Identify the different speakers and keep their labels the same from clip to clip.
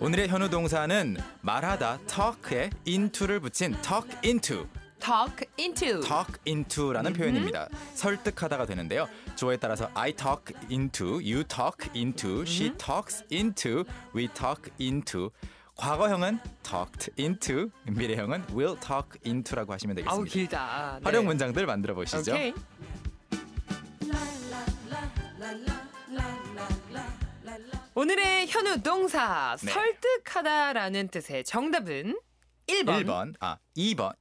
Speaker 1: 오늘의 현우 동사는 말하다 talk에 into를 붙인 talk into
Speaker 2: talk into.
Speaker 1: talk into라는 표현입니다. 설득하다가 되는데요. 주어에 따라서 I talk into, you talk into, she talks into, we talk into. 과거형은 talked into, 미래형은 will talk into라고 하시면 되겠습니다.
Speaker 2: 아우 길다. 네.
Speaker 1: 활용 문장들 만들어 보시죠.
Speaker 2: 오케이. 오늘의 현우 동사
Speaker 1: 네.
Speaker 2: 설득하다라는 뜻의 정답은 1번.
Speaker 1: 1번, 아, 2번.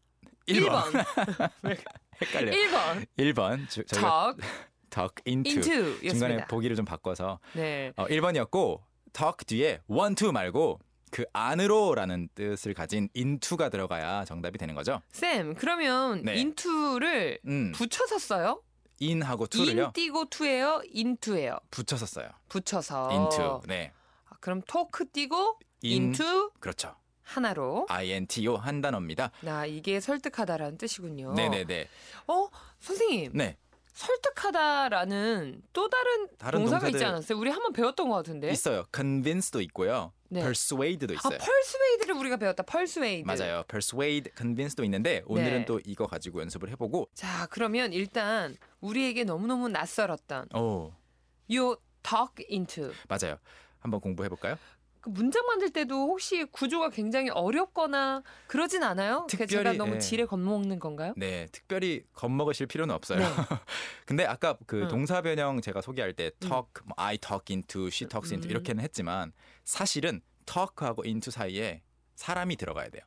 Speaker 1: 1번.
Speaker 2: 1번.
Speaker 1: 헷갈려.
Speaker 2: 1번.
Speaker 1: 1번. 주, 저희가
Speaker 2: talk
Speaker 1: talk into.
Speaker 2: into
Speaker 1: 중간에
Speaker 2: 였습니다.
Speaker 1: 보기를 좀 바꿔서
Speaker 2: 네.
Speaker 1: 어, 1번이었고 talk 뒤에 one to 말고 그 안으로라는 뜻을 가진 into가 들어가야 정답이 되는 거죠.
Speaker 2: 쌤, 그러면
Speaker 1: 네.
Speaker 2: into를
Speaker 1: 음.
Speaker 2: 붙여서 써요?
Speaker 1: in하고 to를요.
Speaker 2: in 띄고 to예요? into예요.
Speaker 1: 붙여서 써요.
Speaker 2: 붙여서.
Speaker 1: into. 네.
Speaker 2: 아, 그럼 talk 띄고
Speaker 1: in-
Speaker 2: into
Speaker 1: 그렇죠.
Speaker 2: 하나로.
Speaker 1: into 한 단어입니다.
Speaker 2: 나 이게 설득하다라는 뜻이군요.
Speaker 1: 네, 네, 네.
Speaker 2: 어, 선생님.
Speaker 1: 네.
Speaker 2: 설득하다라는 또 다른,
Speaker 1: 다른
Speaker 2: 동사가 있지
Speaker 1: 동사들-
Speaker 2: 않았어요? 우리 한번 배웠던 것 같은데.
Speaker 1: 있어요. convince도 있고요.
Speaker 2: 네.
Speaker 1: persuade도
Speaker 2: 아,
Speaker 1: 있어요.
Speaker 2: 펄스웨이드를 우리가 배웠다. 펄스웨이드.
Speaker 1: 맞아요. persuade, convince도 있는데 오늘은
Speaker 2: 네.
Speaker 1: 또 이거 가지고 연습을 해 보고
Speaker 2: 자, 그러면 일단 우리에게 너무너무 낯설었던
Speaker 1: 오,
Speaker 2: 요 talk into
Speaker 1: 맞아요. 한번 공부해 볼까요?
Speaker 2: 그 문장 만들 때도 혹시 구조가 굉장히 어렵거나 그러진 않아요? 그게 제가
Speaker 1: 특별히,
Speaker 2: 너무
Speaker 1: 예.
Speaker 2: 지레 겁먹는 건가요?
Speaker 1: 네, 특별히 겁먹으실 필요는 없어요.
Speaker 2: 네.
Speaker 1: 근데 아까 그
Speaker 2: 응.
Speaker 1: 동사 변형 제가 소개할 때 talk, 뭐, I talk into, she talks into
Speaker 2: 음.
Speaker 1: 이렇게는 했지만 사실은 talk하고 into 사이에 사람이 들어가야 돼요.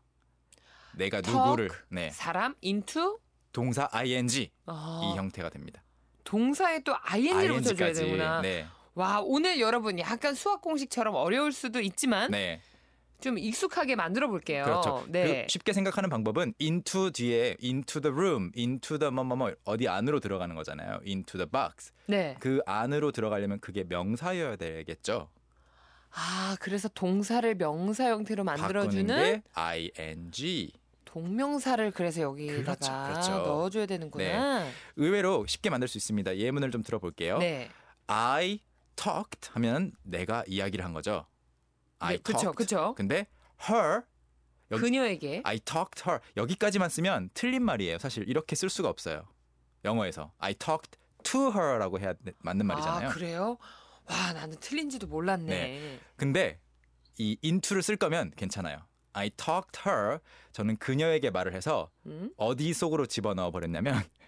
Speaker 1: 내가
Speaker 2: Talk.
Speaker 1: 누구를 네
Speaker 2: 사람 into
Speaker 1: 동사 ing
Speaker 2: 아,
Speaker 1: 이 형태가 됩니다.
Speaker 2: 동사에 또 ing를 붙여줘야
Speaker 1: ing까지
Speaker 2: 되구나.
Speaker 1: 네,
Speaker 2: 와 오늘 여러분 약간 수학 공식처럼 어려울 수도 있지만
Speaker 1: 네
Speaker 2: 좀 익숙하게 만들어 볼게요.
Speaker 1: 그렇죠.
Speaker 2: 네.
Speaker 1: 그 쉽게 생각하는 방법은 into 뒤에 into the room, into the 뭐뭐뭐 어디 안으로 들어가는 거잖아요. into the box
Speaker 2: 네.
Speaker 1: 그 안으로 들어가려면 그게 명사여야 되겠죠.
Speaker 2: 아 그래서 동사를 명사 형태로 만들어주는
Speaker 1: 바꾸는 게 ing.
Speaker 2: 동명사를 그래서 여기다가
Speaker 1: 그렇죠, 그렇죠. 네.
Speaker 2: 넣어줘야 되는구나.
Speaker 1: 의외로 쉽게 만들 수 있습니다. 예문을 좀 들어볼게요.
Speaker 2: 네.
Speaker 1: I talked 하면 내가 이야기를 한 거죠. I
Speaker 2: 네, 그쵸,
Speaker 1: talked.
Speaker 2: 그쵸.
Speaker 1: 근데 her 여기-
Speaker 2: 그녀에게
Speaker 1: I talked her 여기까지만 쓰면 틀린 말이에요. 사실 이렇게 쓸 수가 없어요. 영어에서 I talked to her라고 해야 네, 맞는 말이잖아요.
Speaker 2: 아 그래요? 와 나는 틀린지도 몰랐네.
Speaker 1: 네. 근데 이 into를 쓸 거면 괜찮아요. I talked her 저는 그녀에게 말을 해서
Speaker 2: 음?
Speaker 1: 어디 속으로 집어넣어 버렸냐면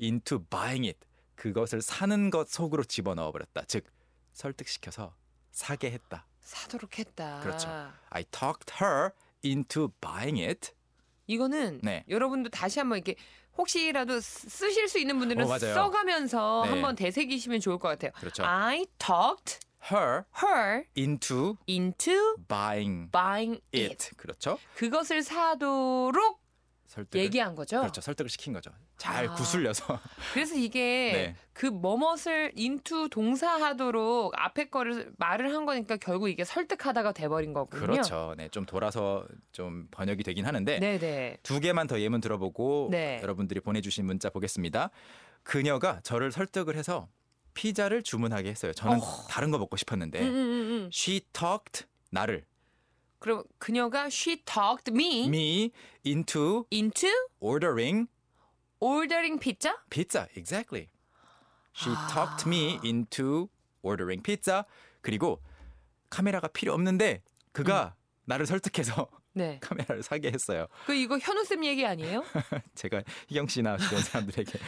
Speaker 1: into buying it 그것을 사는 것 속으로 집어넣어 버렸다. 즉 설득시켜서 사게 했다.
Speaker 2: 사도록 했다.
Speaker 1: 그렇죠. I talked her into buying it.
Speaker 2: 이거는
Speaker 1: 네.
Speaker 2: 여러분도 다시 한번 이렇게 혹시라도 쓰- 쓰실 수 있는 분들은
Speaker 1: 어, 맞아요.
Speaker 2: 써가면서
Speaker 1: 네.
Speaker 2: 한번 되새기시면 좋을 것 같아요.
Speaker 1: 그렇죠.
Speaker 2: I talked
Speaker 1: her
Speaker 2: her
Speaker 1: into
Speaker 2: into
Speaker 1: buying
Speaker 2: buying it.
Speaker 1: it. 그렇죠?
Speaker 2: 그것을 사도록
Speaker 1: 설득을
Speaker 2: 얘기한 거죠.
Speaker 1: 그렇죠. 설득을 시킨 거죠. 잘
Speaker 2: 아.
Speaker 1: 구슬려서.
Speaker 2: 그래서 이게
Speaker 1: 네.
Speaker 2: 그 뭐뭇을 into 동사하도록 앞에 거를 말을 한 거니까 결국 이게 설득하다가 돼버린 거군요.
Speaker 1: 그렇죠. 네, 좀 돌아서 좀 번역이 되긴 하는데
Speaker 2: 네네.
Speaker 1: 두 개만 더 예문 들어보고
Speaker 2: 네.
Speaker 1: 여러분들이 보내주신 문자 보겠습니다. 그녀가 저를 설득을 해서 피자를 주문하게 했어요. 저는 다른 거 먹고 싶었는데
Speaker 2: 음, 음, 음, 음.
Speaker 1: she talked 나를
Speaker 2: 그럼 그녀가 she talked me,
Speaker 1: me into
Speaker 2: into
Speaker 1: ordering
Speaker 2: ordering pizza.
Speaker 1: pizza exactly. She
Speaker 2: 아.
Speaker 1: talked me into ordering pizza. 그리고 카메라가 필요 없는데 그가 나를 설득해서
Speaker 2: 네.
Speaker 1: 카메라를 사게 했어요.
Speaker 2: 그 이거 현우 쌤 얘기 아니에요?
Speaker 1: 제가 희경 씨나 주변 사람들에게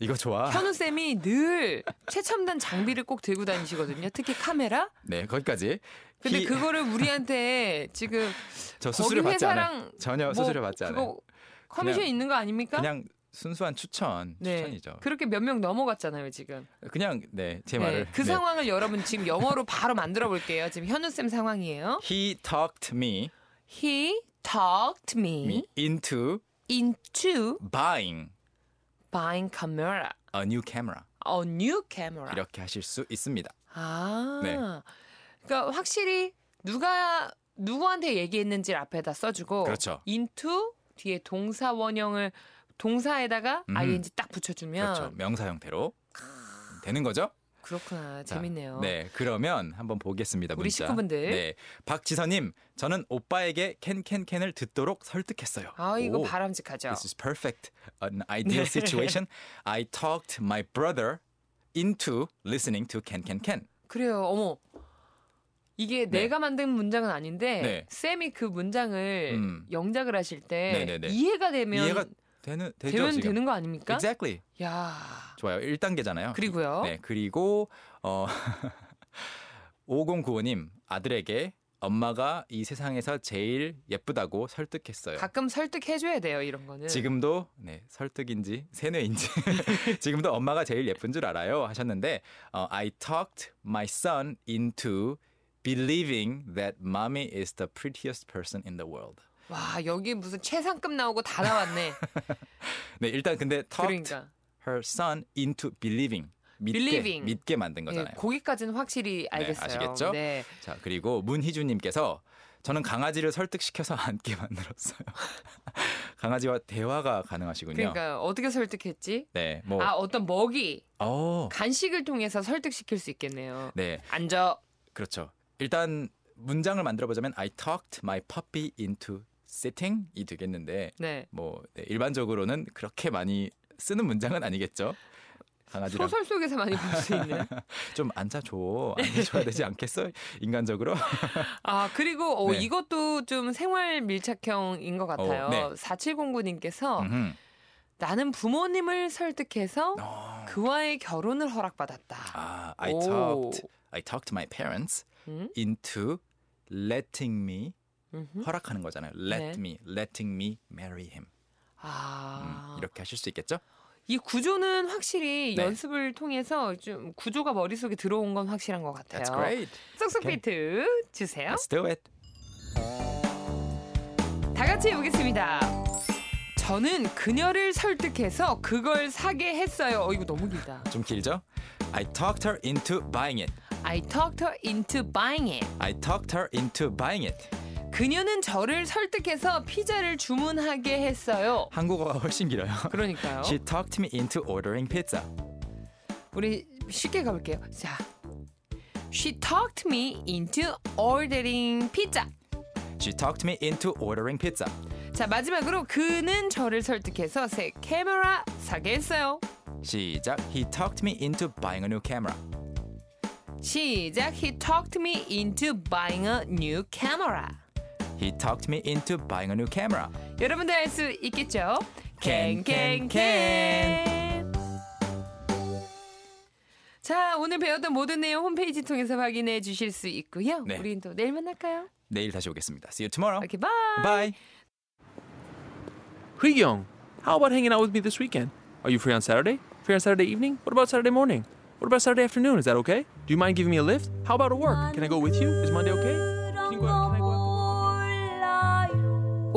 Speaker 1: 이거 좋아.
Speaker 2: 현우 쌤이 늘 최첨단 장비를 꼭 들고 다니시거든요. 특히 카메라.
Speaker 1: 네 거기까지.
Speaker 2: 근데
Speaker 1: 히-
Speaker 2: 그거를 우리한테 지금
Speaker 1: 저
Speaker 2: 거기
Speaker 1: 수수료 받지 않아요.
Speaker 2: 회사랑
Speaker 1: 전혀
Speaker 2: 뭐
Speaker 1: 수수료 받지 어, 않아요.
Speaker 2: 그거 커미션
Speaker 1: 그냥-
Speaker 2: 있는 거 아닙니까?
Speaker 1: 그냥 순수한 추천,
Speaker 2: 네.
Speaker 1: 추천이죠.
Speaker 2: 그렇게 몇 명 넘어갔잖아요, 지금.
Speaker 1: 그냥 네, 제 말을.
Speaker 2: 네, 그
Speaker 1: 네.
Speaker 2: 상황을 여러분 지금 영어로 바로 만들어 볼게요. 지금 현우 쌤 상황이에요.
Speaker 1: He talked me,
Speaker 2: He talked me,
Speaker 1: me into
Speaker 2: into
Speaker 1: buying
Speaker 2: buying camera,
Speaker 1: a new camera.
Speaker 2: a new camera.
Speaker 1: 이렇게 하실 수 있습니다.
Speaker 2: 아,
Speaker 1: 네.
Speaker 2: 그러니까 확실히 누가 누구한테 얘기했는지 앞에다 써주고,
Speaker 1: 그렇죠.
Speaker 2: into 뒤에 동사 원형을 동사에다가
Speaker 1: 음.
Speaker 2: ing 딱 붙여주면
Speaker 1: 그렇죠. 명사 형태로 되는 거죠?
Speaker 2: 그렇구나.
Speaker 1: 자,
Speaker 2: 재밌네요.
Speaker 1: 네, 그러면 한번 보겠습니다.
Speaker 2: 우리
Speaker 1: 문자.
Speaker 2: 식구분들.
Speaker 1: 네, 박지선님, 저는 오빠에게 캔캔캔을 듣도록 설득했어요.
Speaker 2: 아 이거 네.
Speaker 1: 오,
Speaker 2: 바람직하죠.
Speaker 1: This is perfect, an ideal situation. I talked my brother into listening to 캔캔캔.
Speaker 2: 그래요. 어머. 이게
Speaker 1: 네.
Speaker 2: 내가 만든 문장은 아닌데
Speaker 1: 네.
Speaker 2: 쌤이 그 문장을
Speaker 1: 음.
Speaker 2: 영작을 하실 때
Speaker 1: 네네네.
Speaker 2: 이해가 되면
Speaker 1: 이해가 되는 되죠
Speaker 2: 되면
Speaker 1: 지금?
Speaker 2: 되는 거 아닙니까?
Speaker 1: Exactly.
Speaker 2: 야.
Speaker 1: 좋아요. 1단계잖아요.
Speaker 2: 그리고요.
Speaker 1: 네, 그리고 어 5095님 아들에게 엄마가 이 세상에서 제일 예쁘다고 설득했어요.
Speaker 2: 가끔 설득해 줘야 돼요, 이런 거는.
Speaker 1: 지금도 네, 설득인지 세뇌인지 지금도 엄마가 제일 예쁜 줄 알아요 하셨는데 어, I talked my son into believing that mommy is the prettiest person in the world.
Speaker 2: 와, 여기 무슨 최상급 나오고 다 나왔네.
Speaker 1: 네, 일단 근데 talked
Speaker 2: 그러니까.
Speaker 1: her son into believing 믿게
Speaker 2: Believing.
Speaker 1: 믿게 만든
Speaker 2: 예,
Speaker 1: 거잖아요.
Speaker 2: 거기까지는 확실히 알겠어요.
Speaker 1: 아시겠죠?
Speaker 2: 네.
Speaker 1: 자 그리고 문희주님께서 저는 강아지를 설득시켜서 앉게 만들었어요. 강아지와 대화가 가능하시군요.
Speaker 2: 그러니까 어떻게 설득했지?
Speaker 1: 네, 뭐,
Speaker 2: 아, 어떤 먹이,
Speaker 1: 어,
Speaker 2: 간식을 통해서 설득시킬 수 있겠네요.
Speaker 1: 네,
Speaker 2: 앉아.
Speaker 1: 그렇죠. 일단 문장을 만들어 보자면 I talked my puppy into sitting이 되겠는데
Speaker 2: 네.
Speaker 1: 뭐 네, 일반적으로는 그렇게 많이 쓰는 문장은 아니겠죠. 강아지랑
Speaker 2: 소설 속에서 많이 볼 수 있는.
Speaker 1: 좀 앉아줘, 앉아줘야 되지 않겠어? 인간적으로.
Speaker 2: 아, 그리고 어,
Speaker 1: 네.
Speaker 2: 이것도 좀 생활 밀착형인 것 같아요.
Speaker 1: 어, 네.
Speaker 2: 4709님께서
Speaker 1: 음흠.
Speaker 2: 나는 부모님을 설득해서
Speaker 1: 어.
Speaker 2: 그와의 결혼을 허락받았다.
Speaker 1: 아, I
Speaker 2: 그 오.
Speaker 1: talked, I talked my parents
Speaker 2: 음?
Speaker 1: into letting me
Speaker 2: 음흠.
Speaker 1: 허락하는 거잖아요. Let
Speaker 2: 네.
Speaker 1: me, letting me marry him.
Speaker 2: 아,
Speaker 1: 음, 이렇게 하실 수 있겠죠?
Speaker 2: 이 구조는 확실히
Speaker 1: 네.
Speaker 2: 연습을 통해서 좀 구조가 머릿속에 들어온 건 확실한 것 같아요.
Speaker 1: That's great.
Speaker 2: 쏙쏙
Speaker 1: 오케이.
Speaker 2: 비트 주세요.
Speaker 1: Let's do it.
Speaker 2: 다 같이 해보겠습니다. 저는 그녀를 설득해서 그걸 사게 했어요. 어, 이거 너무 길다.
Speaker 1: 좀 길죠? I talked her into buying it.
Speaker 2: I talked her into buying it.
Speaker 1: I talked her into buying it.
Speaker 2: 그녀는 저를 설득해서 피자를 주문하게 했어요.
Speaker 1: 한국어가 훨씬 길어요.
Speaker 2: 그러니까요.
Speaker 1: She talked me into ordering pizza.
Speaker 2: 우리 쉽게 가볼게요. 자, she talked me into ordering pizza.
Speaker 1: She talked me into ordering pizza.
Speaker 2: 자 마지막으로 그는 저를 설득해서 새 카메라 사게 했어요.
Speaker 1: 시작. He talked me into buying a new camera.
Speaker 2: 시작. He talked me into buying a new camera.
Speaker 1: He talked me into buying a new camera.
Speaker 2: 여러분도 알 수 있겠죠?
Speaker 1: 캔캔캔.
Speaker 2: 캔캔캔. 자 오늘 배웠던 모든 내용 홈페이지 통해서 확인해 주실 수 있고요.
Speaker 1: 네.
Speaker 2: 우린 또 내일 만날까요?
Speaker 1: 내일 다시 오겠습니다. See you tomorrow.
Speaker 2: 오케이 바이.
Speaker 1: Bye.
Speaker 3: Young, how about hanging out with me this weekend? Are you free on Saturday? Free on Saturday evening? What about Saturday morning? What about Saturday afternoon? Is that okay? Do you mind giving me a lift? How about at work? Can I go with you? Is Monday okay? Can you go out? Can I go